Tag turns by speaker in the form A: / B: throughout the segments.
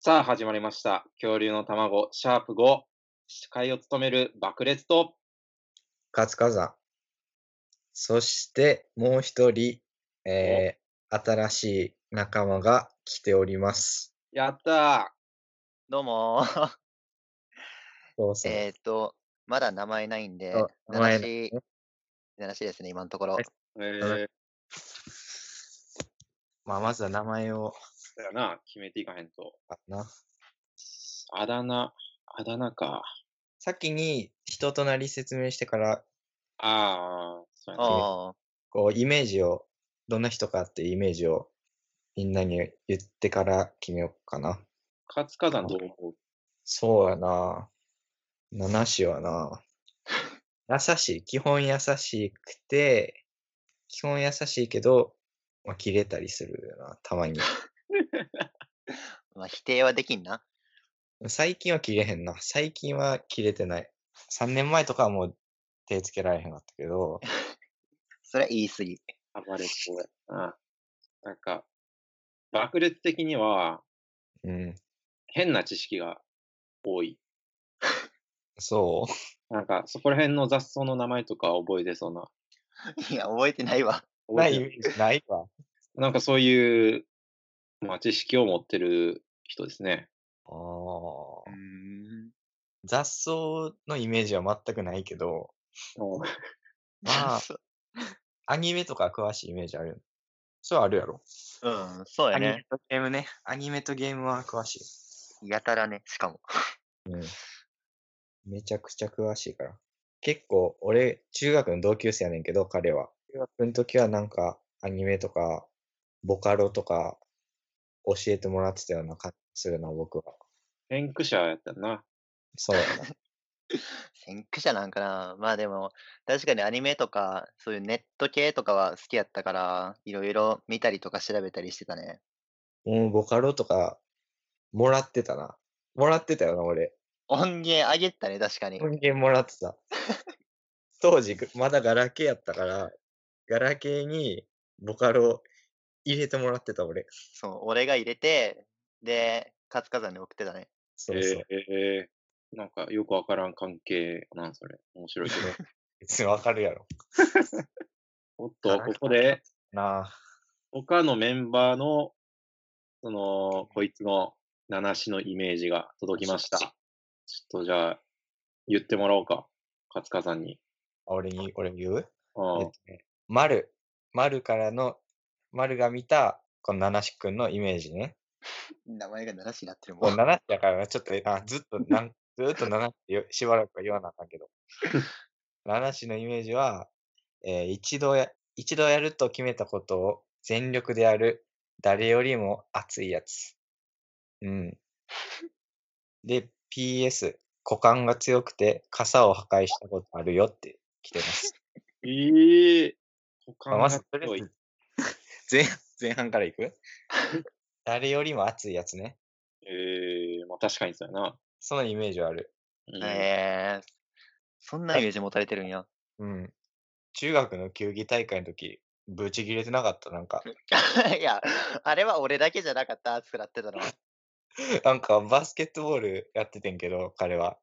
A: さあ、始まりました。恐竜の卵、シャープ5。司会を務める爆裂と、
B: 活火山。そして、もう一人、えー新しい仲間が来ております。
A: やった
C: どうも ー。
B: そうそう
C: えっと、まだ名前ないんで
B: そう、名
C: 名
B: 前
C: 前
B: ない
C: し、名無しですね、今のところ
B: はい。
A: ー。えー、
B: まあ、まずは名前を、
A: だよな、決めていかへんと。
B: あな。
A: あだ名、あだ名か。
B: 先に人となり説明してから、
A: ああ、そうやな。
C: ああ、
B: こう、イメージを、どんな人かっていうイメージを、みんなに言ってから決めようかな。
A: 活火山どう思う
B: そうやな。七種はな。優しい。基本優しくて、基本優しいけど、まあ、切れたりするよな、たまに。
C: まあ否定はできんな。
B: 最近は切れへんな。最近は切れてない。3年前とかはもう手つけられへんかったけど、
C: それは言い過ぎ。
A: 暴れそうやな。なんか、爆裂的には、
B: うん。
A: 変な知識が多い。
B: そう。
A: なんか、そこら辺の雑草の名前とか覚えてそうな。
C: いや、覚えてないわ。
B: な
A: 覚えてる
B: い、ないわ。
A: なんかそういう、まあ、知識を持ってる人ですね。
B: あー
C: ん。
B: 雑草のイメージは全くないけど、まあ、アニメとか詳しいイメージあるよ。そうあるやろ。
C: うん、そうや
B: アニ
C: ね
B: メ。とゲームね。アニメとゲームは詳しい。
C: やたらね、しかも。
B: めちゃくちゃ詳しいから。結構、俺、中学の同級生やねんけど、彼は。中学の時はなんか、アニメとか、ボカロとか、教えてもらってたような感じするな、僕は。
A: 先駆者やったな。
B: そうや
C: 先駆者なんかな。まあでも、確かにアニメとか、そういうネット系とかは好きやったから、いろいろ見たりとか調べたりしてたね。
B: な。もう、ボカロとか、もらってたな。もらってたよな、俺。
C: 音源あげてたね、確かに。
B: 音源もらってた。当時、ぐまだガラケーやったから、ガラケーにボカロ入れてもらってた、俺。
C: そう、俺が入れて、で、活火山に送ってたね。
B: そうそう。
A: えーなんかよくわからん関係なんそれ。面 白いけど。
B: 別にわかるやろ。
A: おっと、ここで、
B: なあ。
A: 他のメンバーの、その、こいつの七種のイメージが届きました。ちょっとじゃあ、言ってもらおうか。勝川さんに。
B: あ俺に、俺に言う
A: うん
B: えっとね、丸。丸からの、丸が見た、この七志くんのイメージね。
C: 名前が奈良市になってるも。
B: こうん七志だから、ちょっとあずっとなん、ずっと七志よしばらくは言わなあかんけど。七志のイメージは、えー一度や、一度やると決めたことを全力でやる、誰よりも熱いやつ。うん。で、PS、股間が強くて、傘を破壊したことあるよって来てます。
A: ええ股
B: まあ
A: 間
B: ま
A: が
B: ずとりあ
A: 強
B: え
A: い
B: ず前前半からいく誰よりも熱いやつね。
A: ええまあ確かにそうやな。
B: そのイメージはある。
A: うん
C: えー、そんなイメージ持たれてるんや。
B: うん。中学の球技大会の時、ブチ切れてなかった。なんか、
C: いや、あれは俺だけじゃなかった、熱くなってたのは。
B: なんかバスケットボールやっててんけど、彼は。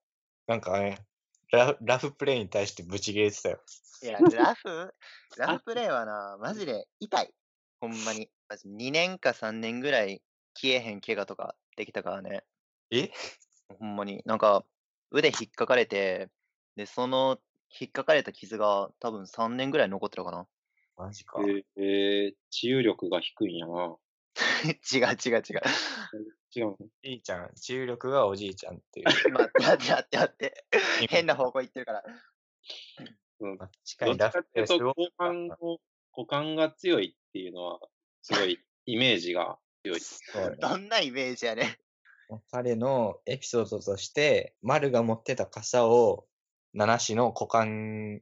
B: なんかね、ラフラフプレーに対してブチ切れてたよ。
C: い や、ラフ、ラフプレイはな、マジで痛い。ほんまに。マジ2年か3年ぐらい消えへん怪我とかできたからね。
B: え
C: ほんまに。なんか、腕引っかかれて、で、その引っかかれた傷が多分3年ぐらい残ってるかな。
B: マジか。
A: ええ治癒力が低いんやな。
C: 違う違う違う。
A: 違う。
B: じいちゃん、重力がおじいちゃ んっていう。
C: 待って待って待って待って。変な方向行ってるから。
A: うん、
B: まあ確か
A: どっち
B: にラ
A: か
B: フ
A: っ
B: プ
A: て
B: レ
A: い
B: ー
A: う
B: す
A: と、
B: ご
A: 後
B: く
A: 半の股間が強いっていうのは、すごいイメージが強い。
B: そうね
C: どんなイメージやねん。
B: 彼のエピソードとして、丸が持ってた傘を、七子の股間、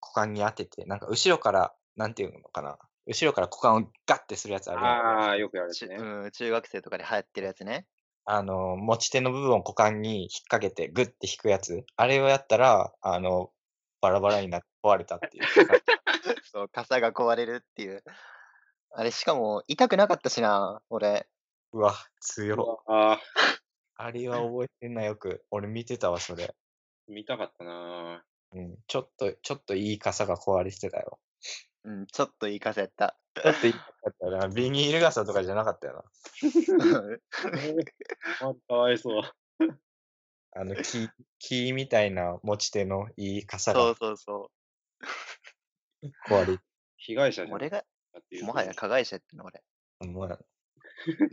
B: 股間に当てて、なんか後ろから、なんていうのかな。後ろから股間をガッてするやつあるやん
A: ああ、よくやる
C: ち
A: ね。
C: うん、 中学生とかで流行ってるやつね。
B: あの、持ち手の部分を股間に引っ掛けて、グッて引くやつ。あれをやったら、あの、バラバラになって壊れたっていう。
C: そう、傘が壊れるっていう。あれ、しかも痛くなかったしな、俺。
B: うわ、強っ。
A: ああ、
B: あれは覚えてんな、よく。俺見てたわ、それ。
A: 見たかったな
B: うん。ちょっと、ちょっといい傘が壊れてたよ。
C: うん、ちょっといい傘やった。
B: ちょっといい傘だったよな。ビニール傘とかじゃなかったよな。
A: ぁ。かわいそう。
B: あの、木、木みたいな持ち手のいい傘
C: そう
B: が
C: そうそ
B: 壊れて
A: 被害者
C: う。
A: じゃ
C: 俺
A: ん。
C: が、もはや加害者やっての俺。
B: 思わな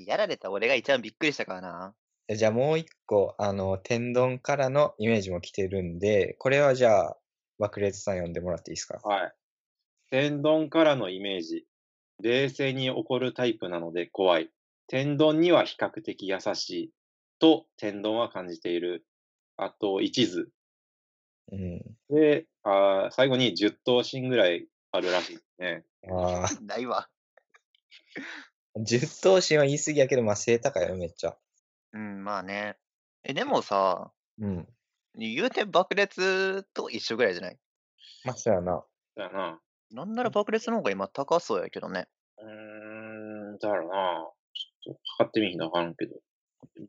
C: やられた俺が一番びっくりしたからな。
B: えじゃあもう一個、あの、天丼からのイメージも来てるんで、これはじゃあ、爆裂さん読んでもらっていいですか
A: はい。天丼からのイメージ。冷静に怒るタイプなので怖い。天丼には比較的優しい。と、天丼は感じている。あと、一途。
B: うん。
A: で、あー最後に10頭身ぐらいあるらしいですね。
B: ああ、
C: ないわ。
B: 十頭身は言い過ぎやけど、まあ、背高いよ、めっちゃ。
C: うん、まあね。え、でもさ、
B: うん。
C: 言うて爆裂と一緒ぐらいじゃない
B: まあ、そうやな。
A: だよな。
C: なんなら爆裂の方が今高そうやけどね。
A: うーん、だろうな。ちょっと測ってみひんとわからんけど。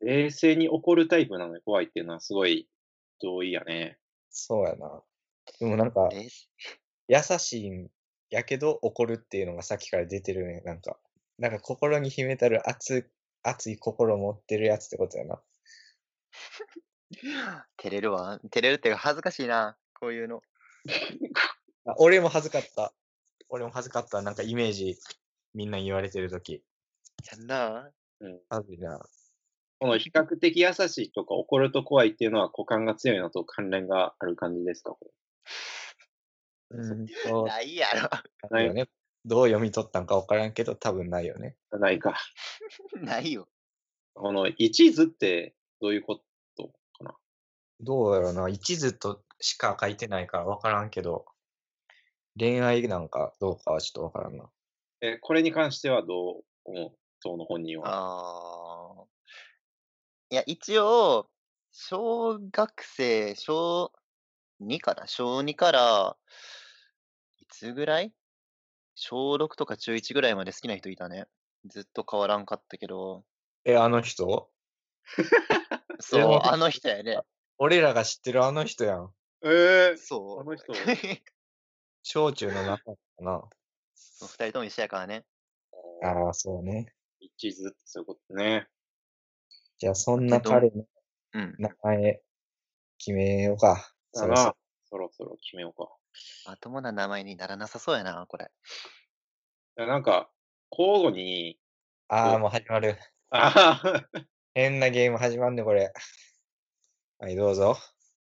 A: 冷静に怒るタイプなので怖いっていうのはすごい同意やね。
B: そうやな。でもなんか、
C: え、
B: 優しいんやけど怒るっていうのがさっきから出てるね、なんか。なんか心に秘めたる熱、熱い心を持ってるやつってことやな。
C: 照れるわ。照れるっていうか恥ずかしいな。こうい うの。
B: あ俺も恥ずかった。俺も恥ずかった。なんかイメージ、みんな言われてるとき。
C: やんな。
B: 恥ずいな。
A: この比較的優しいとか怒ると怖いっていうのは股間が強いのと関連がある感じですかこれ
B: うんと、
C: ないやろ。
B: ないよね。どう読み取ったんか分からんけど、多分ないよね。
A: ないか。
C: ないよ。
A: この一途ってどういうことかな
B: どうやろうな。一途としか書いてないから分からんけど、恋愛なんかどうかはちょっと分からんな。
A: え、これに関してはどう思う党の本人は。
C: ああ。いや、一応、小学生、小2かな小2から、いつぐらい小6とか中1ぐらいまで好きな人いたね。ずっと変わらんかった けど。
B: え、あの人
C: そう
B: 待っ、て
C: あの人 やね。
B: 俺らが知ってるあの人やん。
A: え
C: そ
A: こ
C: う。
A: の人
B: 小中の中かな。
C: 二人とも一緒やからね。
B: ああ、そうね。
A: 一途ってそういうことね。
B: じゃあ、そんな彼の
C: うん。
B: 名前、決めようか。
A: だ
B: ろろ
A: な。そろそろ決めようか。
C: まともな名前にならなさそうやな、これ。
A: いやなんか、交互に、
B: ああ、もう始まる。
A: ああ、
B: 変なゲーム始まんね、これ。はい、どうぞ。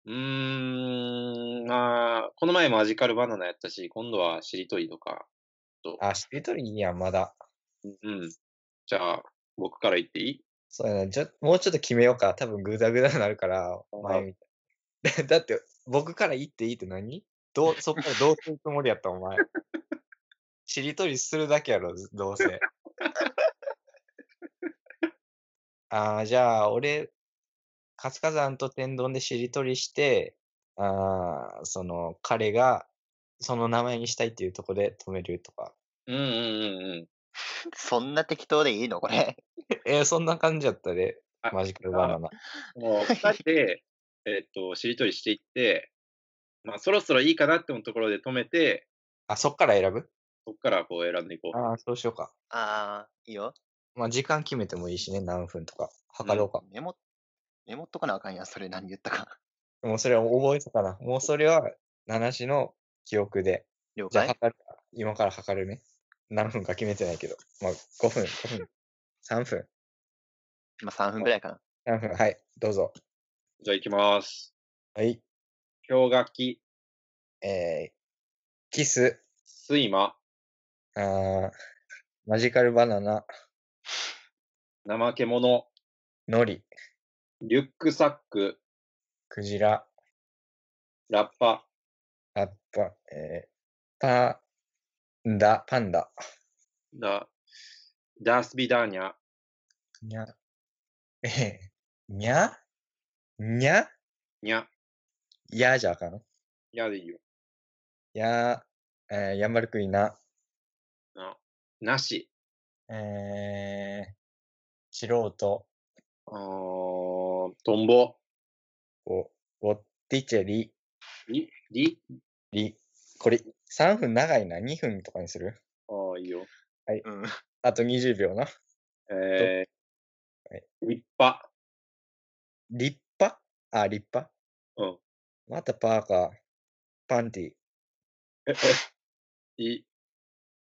A: うーん、まあ、この前マジカルバナナやったし、今度はしりとりとか。
B: あ、しりとりいいやん、まだ。
A: うん。じゃあ、僕から言っていい
B: そうやな、ちょもうちょっと決めようか。多分グダグダになるから、前みたい。だ って、僕から言っていいって何どうそっからどうするつもりやった、お前。しりとりするだけやろ、ずどうせ。あーじゃあ、俺、カツカザンと天丼でしりとりして、あーその、彼が、その名前にしたいっていうところで止めるとか。
A: うんうんうんうん。
C: そんな適当でいいのこれ。
B: えーそんな感じやったで、
A: あ
B: マジカルバナナ。
A: もう、二人で、えっと、しりとりしていって、まあ、そろそろいいかなって思うところで止めて、
B: あ、そっから選ぶ
A: そこからこう選んでいこう。
B: ああ、そうしようか。
C: ああ、いいよ。
B: まあ、時間決めてもいいしね、何分とか。測ろうか。
C: メモ、メモっとかなあかんやん、それ何言ったか。
B: もうそれは覚えたかな。もうそれは、七しの記憶で。
C: 了
B: じゃあ
C: 解
B: 測るか今から測るね。何分か決めてないけど。まあ、5分、5分、3分、
C: 今3分ぐらいかな。
B: 3分。はい、どうぞ。
A: じゃあ、行きます。
B: はい。
A: 氷河期、
B: えー、キス、
A: 睡魔、
B: あーマジカルバナナ、
A: 怠け者、
B: ノリ、
A: リュックサック、
B: クジラ、
A: ラッパ、
B: ラッパ、えー、パンダ、パンダ、
A: ダ、ダースビダーニャ、
B: にゃ、えー、にゃにゃ
A: ニャ、
B: やじゃあかん。
A: やでいいよ。
B: や、えー、やんばるくいな。
A: な、なし。
B: えー、素人。
A: あーの、トンボ、
B: お、ウォッティチェリ、
A: リ、リ、
B: リ。これ、3分長いな。2分とかにする
A: ああ、いいよ。
C: うん。
B: あと20秒な。
A: え
B: は
A: ー
B: い、
A: 立派、
B: 立派あ、立派
A: うん。
B: またパーカー。パンティ。
A: い、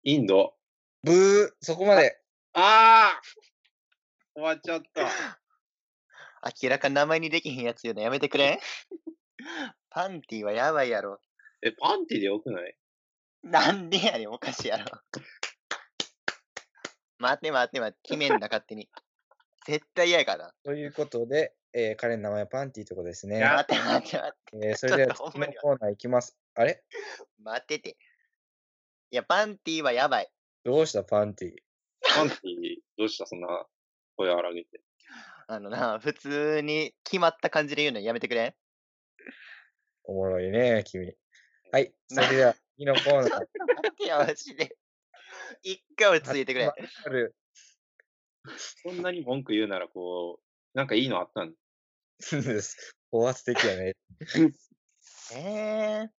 A: インド。
B: ブーそこまで。
A: ああ終わっちゃった。
C: 明らか名前にできへんやつよね。やめてくれんパンティはやばいやろ。
A: え、パンティでよくない
C: なんでやねん、おかしいやろ。待って待って待って、決めんな、勝手に。絶対嫌やから。
B: ということで、えー彼の名前はパンティということですね。
A: や
C: 待って待って待って。
B: えーそれでは
C: ちょっと
B: 次
C: ほんま
B: の
C: に
B: コーナーいきます。あれ
C: 待ってて。いや、パンティはやばい。
B: どうしたパンティ
A: パンティ、どうしたそんな声荒げて。
C: あのな、普通に決まった感じで言うのやめてく れん
B: おもろいね、君。はい、それでは次のコーナー。
C: 待ってや、マジで。一回落ち着いてくれ。
B: ある
A: そんなに文句言うなら、こう、なんかいいのあったん
B: んです。高圧的やね。
C: え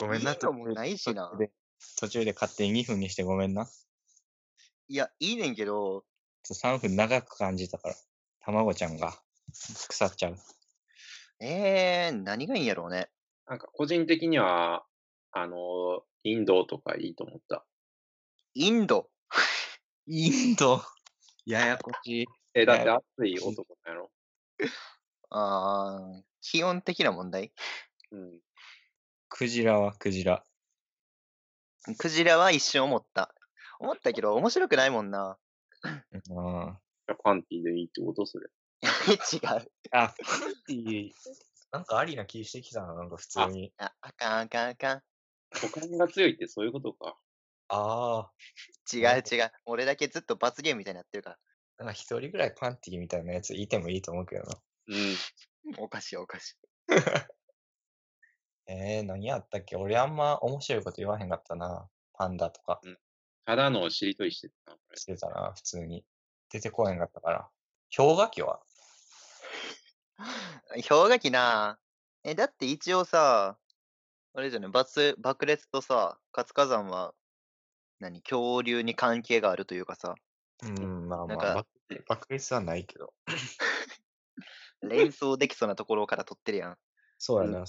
B: ご
C: ー、いいのもないしな。
B: 途中で勝手に2分にしてごめんな。
C: いや、いいねんけど、
B: ちょっと3分長く感じたから。卵ちゃんが腐っちゃう。
C: えー、何がいいんやろうね。
A: なんか個人的には、あの、インドとかいいと思った。
C: インド。
B: インド。ややこしい。
A: え、だって
B: ね
A: 暑い男なんやろ
C: あー、気温的な問題。
A: うん。
B: クジラはクジラ。
C: クジラは一瞬思った。思ったけど、面白くないもんな。
B: うん
A: じゃあパンティでいいってことそれ。
C: 違う。
B: あ、パンティ、なんかありな気してきたな、なんか普通に。
C: あ、あかんあかんあかん。
A: 股間が強いってそういうことか。
B: あ
C: 違
B: な
C: う
B: る
C: 違う。俺だけずっと罰ゲームみたいになってるから。
B: あ、なんか一人ぐらいパンティみたいなやついてもいいと思うけどな。
A: うん。
C: おかしいおかしい。
B: えー、何やったっけ俺あんま面白いこと言わへんかったな。パンダとか
A: ただのしりとりしてたな。これ
B: してたな、普通に。出てこへんかったから。氷河期は
C: 氷河期なえ、だって一応さ、あれじゃね、爆爆裂とさ、活火山は、何、恐竜に関係があるというかさ、
B: うん、まあま
C: な
B: あ、
C: んか
B: 爆爆裂はないけど。
C: 連想できそうなところから撮って るやん。
B: そうやな。っ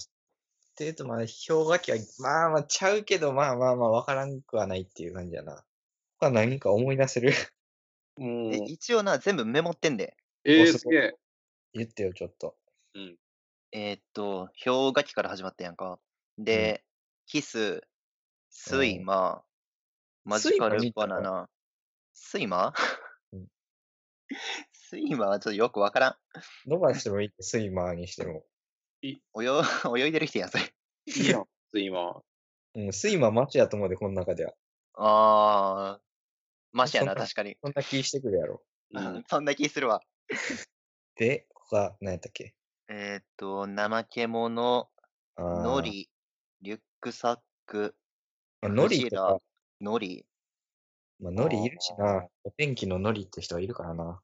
B: ていうと、まあ、氷河期は、まあまあ、ちゃうけど、まあまあまあ、わからんくはないっていう感じやな。他何か思い出せる
A: もう
C: え、一応な、全部メモってんで。
A: え
B: お
A: ー、
B: す
A: すげえ。
B: 言ってよ、ちょっと。
C: えーっと、氷河期から始まったやんか。で、キス、スイ
B: うん
C: マー、マジカル
B: 睡魔
C: バ
B: 見た
C: ナ
B: の
C: ナ、スイマ
B: う
C: ー
B: ん
C: スイマーはちょっとよくわからん。
B: 伸ばしてもいいって、スイマーにしても。
C: 泳泳いでる人やん、それ。
A: いいやん、 今。
B: うん、スイマーマチやと思うで、この中では。
C: ああ、マシや
B: そ
C: な、
B: んな
C: 確かに。
B: そんな気してくるやろ。
A: う
C: うん
A: ん。
C: そんな気するわ。
B: で、他、何やったっけ
C: えーっと、怠け者、
B: あー
C: ノ。リ、リュックサック、
B: まあノ
C: ク
B: リ
C: ジ
B: と
C: ラ
B: か、
C: ノリ。
B: まあ、ノリいるし
A: あ
B: な
A: ー。
B: お天気のノリって人はいるからな。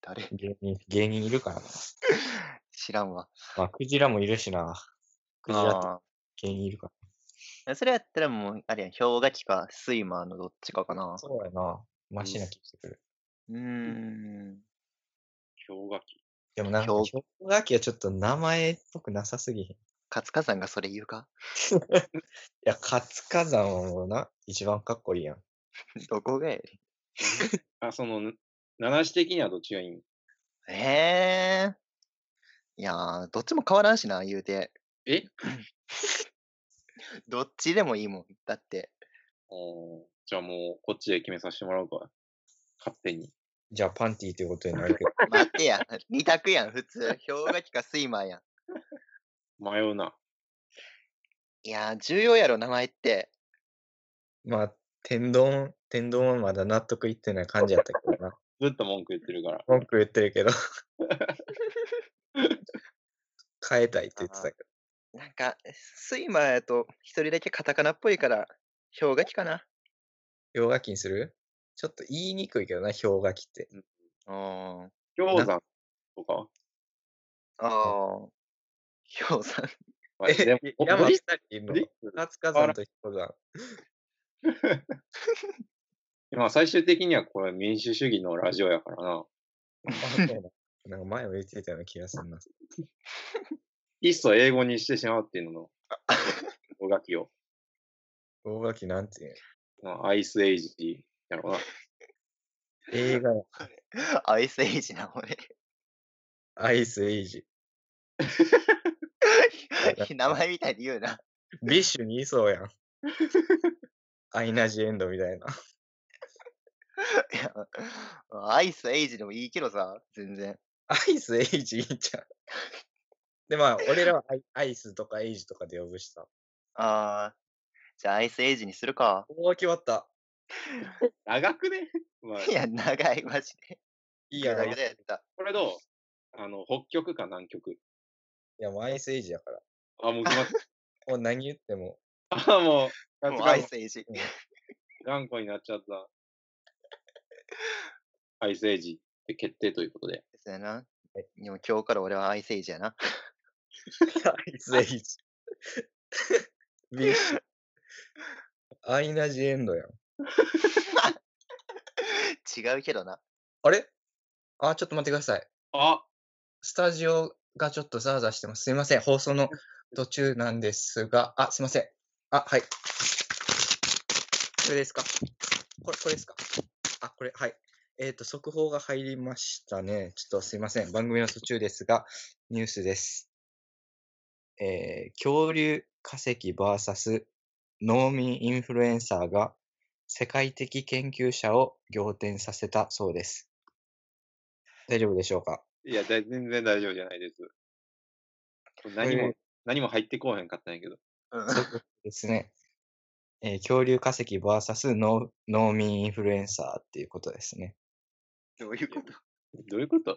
C: 誰
B: 芸人、芸人いるからな。
C: 知らんわ。
B: まあ、クジラもいるしな。クジラって
C: あ
B: 芸人いるか
C: ーそれやったらもう、あれやん、氷河期か、スイマーのどっちかかな
B: ら。。そうやな。マシな気してくる。
C: うーん。
A: 氷河期。
B: でもなんか、
C: 氷
B: 氷河期はちょっと名前っぽくなさすぎへん。い
C: 勝火山がそれ言うか
B: や、活火山はもうな、一番かっこいいやん。
C: どこがやり
A: あ、その、七種的にはどっちがいいん
C: ええー。いやー、どっちも変わらんしな、言うて。
A: え
C: どっちでもいいもん。だって。
A: おーじゃあもう、こっちで決めさせてもらうか。勝手に。
B: じゃあ、パンティーということになるけど。
C: 待ってや、二択やん、普通。氷河期かスイマーやん。
A: 迷うな。
C: いやー、重要やろ、名前って。
B: まあ、天丼、天丼はまだ納得いってない感じやったけど な。
A: ずっと文句言ってるから。
B: 文句言って るけど。変えたいって言ってたけど。
C: なんか、スイマーやと一人だけカタカナっぽいから、氷河期かな。
B: 氷河期にするちょっと言いにくいけどな、氷河期って。
C: うん。
A: 氷山。とか。
C: ああ。ひょうさん。
A: まあ
B: え
A: でも
B: い
A: ブ
B: 山二
A: リ
B: 人いるの
A: ブリ
B: 夏火山と彦山。
A: まあ最終的にはこれ民主主義のラジオやからな。
B: あそうだなんか前を言ってたような気がするな。
A: いっそ英語にしてしまうっていうのの、 大垣を。
B: 大垣なんていうの
A: まあアイスエイジやろうな。
B: 映画や
C: アイスエイジな、俺。
B: アイスエイジ。
C: 名前みたいに言うな。
B: ビッシュにいそうやん。アイナジエンドみたいな。
C: いや、アイスエイジでもいいけどさ、全然。
B: アイスエイジいいんちゃうで、まあ、俺らはアイアイスとかエイジとかで呼ぶしさ。
C: ああ。じゃあアイスエイジにするか。
B: おお、決まった。
A: 長くね まあ、
C: いや、長い、マジで。
B: いい
C: ぐ
B: やな
C: だぐ
B: い
C: だやった。
A: これどうあの、北極か南極。
B: や、もうアイスエイジやから。
A: あ、もう決まっ
B: もう何言っても。
A: た。あ、もう、
C: もうアイスエイジ。
A: 頑固になっちゃ った。アイスエイジって決定ということで。
C: そうやな。でも今日から俺はアイスエイジやな。
B: アイスエイジ。ビッシュ。アイナジエンドやん。
C: 違うけどな。
B: あれあ、ちょっと待ってください。
A: あ
B: スタジオがちょっとザーザーしてます。すいません。放送の途中なんですが、あ、すいません。あ、はい。これですかこれ、これですかあ、これ、はい。えっ、と、速報が入りましたね。ちょっとすいません。番組の途中ですが、ニュースです。えー恐竜化石 VS 農民インフルエンサーが世界的研究者を仰天させたそうです。大丈夫でしょうか
A: いや、だ全然大丈夫じゃないです。何
B: う
A: も
B: ん、
A: 何も入ってこうへんかったんやけど。
C: うん
B: そういうことですね。えー恐竜化石 VS 農農民インフルエンサーっていうことですね。
C: どういうこと
A: どういうこと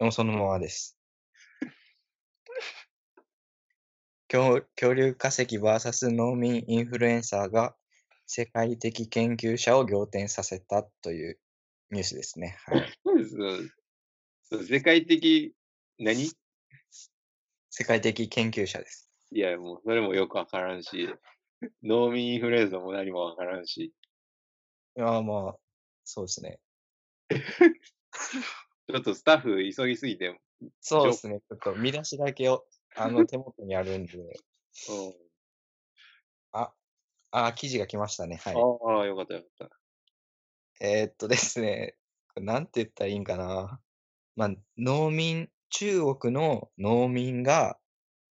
B: でもそのままです。恐恐竜化石 VS 農民インフルエンサーが世界的研究者を仰天させたというニュースですね。はい、
A: そうですそう世界的、何い
B: 世界的研究者です。
A: や、もうそれもよくわからんし、農民インフルエンザも何もわからんし、
B: いやーまあ、そうですね。
A: ちょっとスタッフ急ぎすぎて、うん
B: そうですね。ちょっと見出しだけをあの手元にあるんで、あ、あ、記事が来ましたね。はい。
A: ああ、よかったよかっ
B: えーっとですね、これなんて言ったらいいんかな。まあ、農民、中国の農民が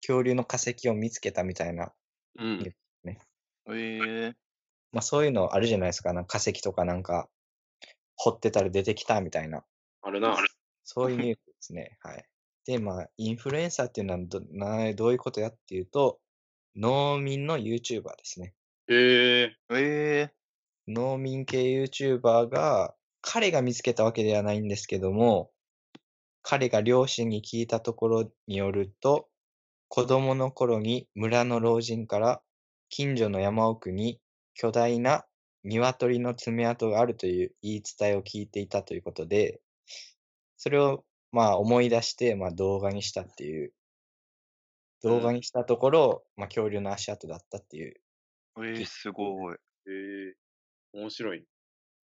B: 恐竜の化石を見つけたみたいな、
A: た。うん。
C: ええ
B: まあそういうのあるじゃないですか、なんか化石とかなんか掘ってたら出てきたみたいな、
A: あるな。
B: そういうニュースですね。はい。で、まあ、インフルエンサーっていうのはどなどういうことやっていうと、農民の YouTuber ですね。
A: ええ
C: え
B: 農民系 YouTuber が、彼が見つけたわけではないんですけども、彼が両親に聞いたところによると、子供の頃に村の老人から近所の山奥に巨大な鶏の爪痕があるという言い伝えを聞いていたということで、それをまあ思い出してまあ動画にしたっていう、動画にしたところ、まあ恐竜の足跡だったっていう
C: ええすごい。
A: ええ面白い。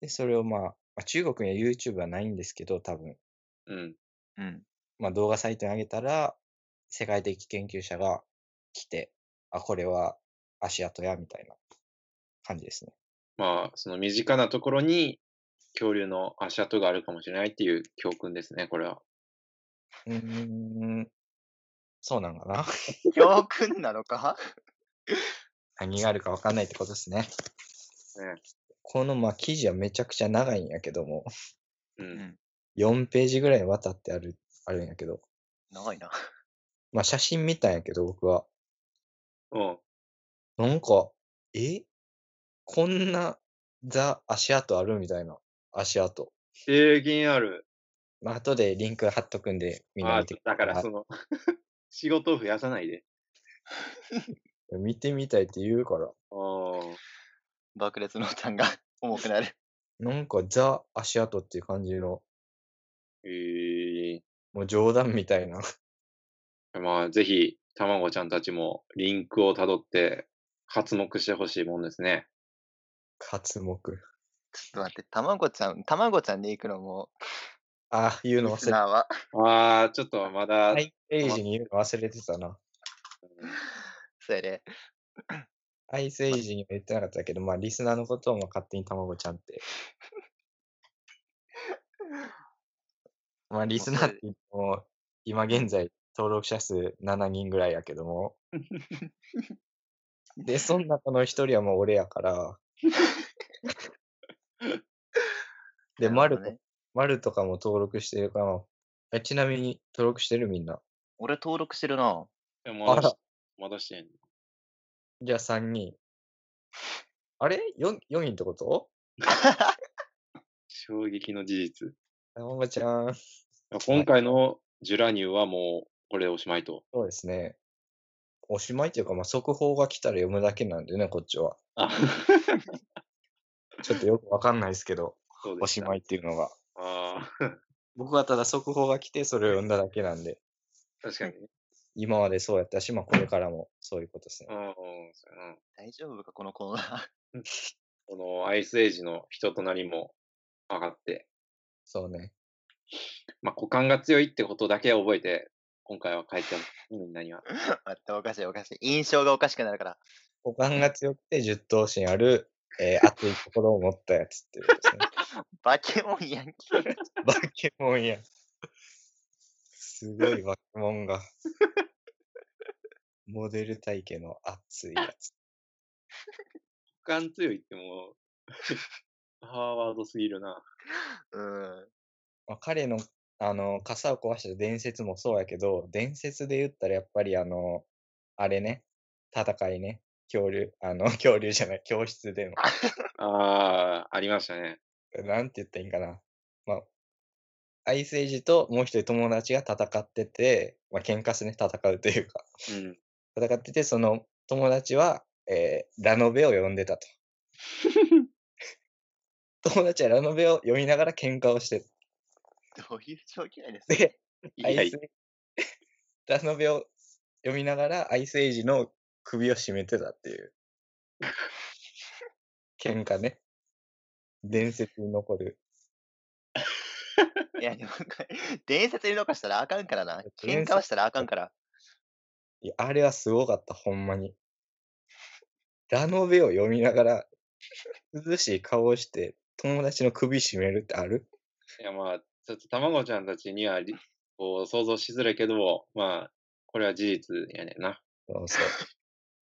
B: で、それをまあ、まあ中国には YouTube はないんですけど、多分、
A: うん。
C: うん。
B: まあ動画サイトに上げたら、世界的研究者が来て、あ、これは足跡や、みたいな感じですね。
A: まあ、その身近なところに恐竜の足跡があるかもしれないっていう教訓ですね、これは。
B: うーん、そうなんかな。
C: 教訓なのか
B: 何があるかわかんないってことですね。
A: ね
B: このまあ記事はめちゃくちゃ長いんやけども、
A: う。
C: うんん。
B: 4ページぐらいにわたってある、あるんやけど、
C: 長いな。
B: まあ写真見たんやけど、僕は。
A: うん。
B: なんか、えこんなザ足跡あるみたいな足跡。
A: ええ気になる。
B: まあ、後でリンク貼っとくんで、みんな
A: あ
B: 見てく
A: だから
B: さい
A: その、 仕事を増やさないで。
B: 見てみたいって言うから、
A: ああ。
C: 爆 裂の負担が重くなる。
B: なんかザ足跡っていう感じの
A: え
B: もう冗談みたいな。
A: ー、まあ、ぜひ、たまごちゃんたちもリンクをたどって、発目してほしいもんですね。
B: 活目。
C: ちょっと待って、たまごちゃん、たまごちゃんで行くのも、
B: あ、言うの
C: リ
B: 忘れ
C: ス
B: て
C: ナーは。
A: ああ、ちょっとまだ、
B: はいページに言うの忘れてたな。
C: それで、
B: アイスエイジには言ってなかったけど、まあ、リスナーのことをまあ勝手に卵ちゃんって。まあ、リスナーって言っても、今現在登録者数7人ぐらいやけども。で、その中の一人はもう俺や から。で、
C: な
B: マ
C: る
B: ル
C: ほど
B: と、
C: ね。
B: マルとかも登録してるから、えちなみに登録してるみんな。
C: 俺登録してるな。
A: で
B: あ
A: 戻
B: ら
A: し、戻してん。
B: じゃあ3人。あれ ?4、4人ってこと
A: 衝撃の事実。
B: 卵ちゃん。
A: 今回のジュラニューはもう、これでおしまいと。
B: そうですね。おしまいというか、まあ、速報が来たら読むだけなんでね、こっちは。
A: あ、
B: ちょっとよくわかんないですけど、
A: そうで
B: おしま
A: い。
B: いっていうのが。
A: ああ、
B: 僕はただ速報が来て、それを読んだだけなんで、
A: 確かにね。
B: 今までそうやったし、まあ、これからもそういうことです
A: う
B: ね。
A: ん、そうやな。
C: 大丈夫か、このコー ナー。
A: このアイスエイジの人となりも上がって、
B: そうね。
A: まあ、股間が強いってことだけ覚えて、今回は書いてます。みんなには。
C: 待って、おかしい、おかしい。印象がおかしくなるから。
B: 股間が強くて、10頭身ある、えー熱い心を持ったやつっていうことですね。
C: バケモンヤンキー。
B: バケモンや。すごいバケモンが。モデル体型の熱いやつ。
A: 股間強いってもう、 ハーワードすぎるな。
C: うん。
B: まあ、彼のあの傘を壊した伝説もそうやけど、伝説で言ったらやっぱりあの、あれね、戦いね、恐竜、あの、 恐竜じゃない、教室での、
A: ああ、ありましたね。
B: なんて言ったらいいんかな。まあ、アイスエイジともう一人友達が戦ってて、まあ、喧嘩すね、戦うというか、
A: うん。
B: 戦ってて、その友達は、えーラノベを読んでたと。友達はラノベを読みながら喧嘩をして
C: どういう状況やです
B: て、
A: い
B: ア
A: や
B: イ
A: い
B: ス、ラノベを読みながら、アイスエイジの首を絞めてたっ ていう。喧嘩ね。伝説に残る。
C: いや、でもこれ、伝説に残したらあかんからな。喧
B: 伝
C: 嘩は
B: 説
C: したらあかんから。
B: いやあれはすごかった、ほんまに。ラノベを読みながら、涼しい顔をして、友達の首絞めるってある
A: や、まあ、ちょっとたまごちゃんたちにはり、こう、想像しづらいけど、まあ、これは事実やねんな。
B: そ うそう。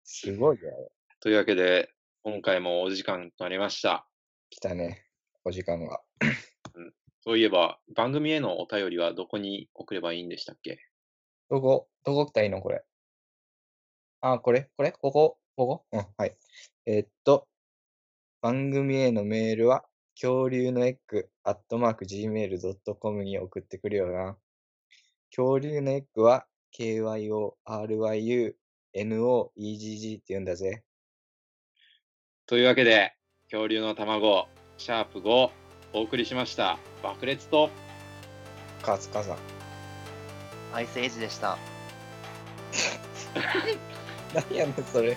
B: すごいよ、あれ。
A: というわけで、今回もお時間となりました。
B: 来たね、お時間が。
A: そういえば、番組へのお便りはどこに送ればいいんでしたっけ
B: どこ、どこ来たらいいのこれ。あ、これこれここここうん、はい。えーっと、番組へのメールは、恐竜のエッグ、アットマーク、gmail.com に送ってくるよな。恐竜のエッグは、kyoryu, noegg って言うんだぜ。
A: というわけで、恐竜の卵、シャープ5、お送りしました。爆裂と、
B: カツカさん。
C: アイスエイジでした。
B: 何やねん、それ。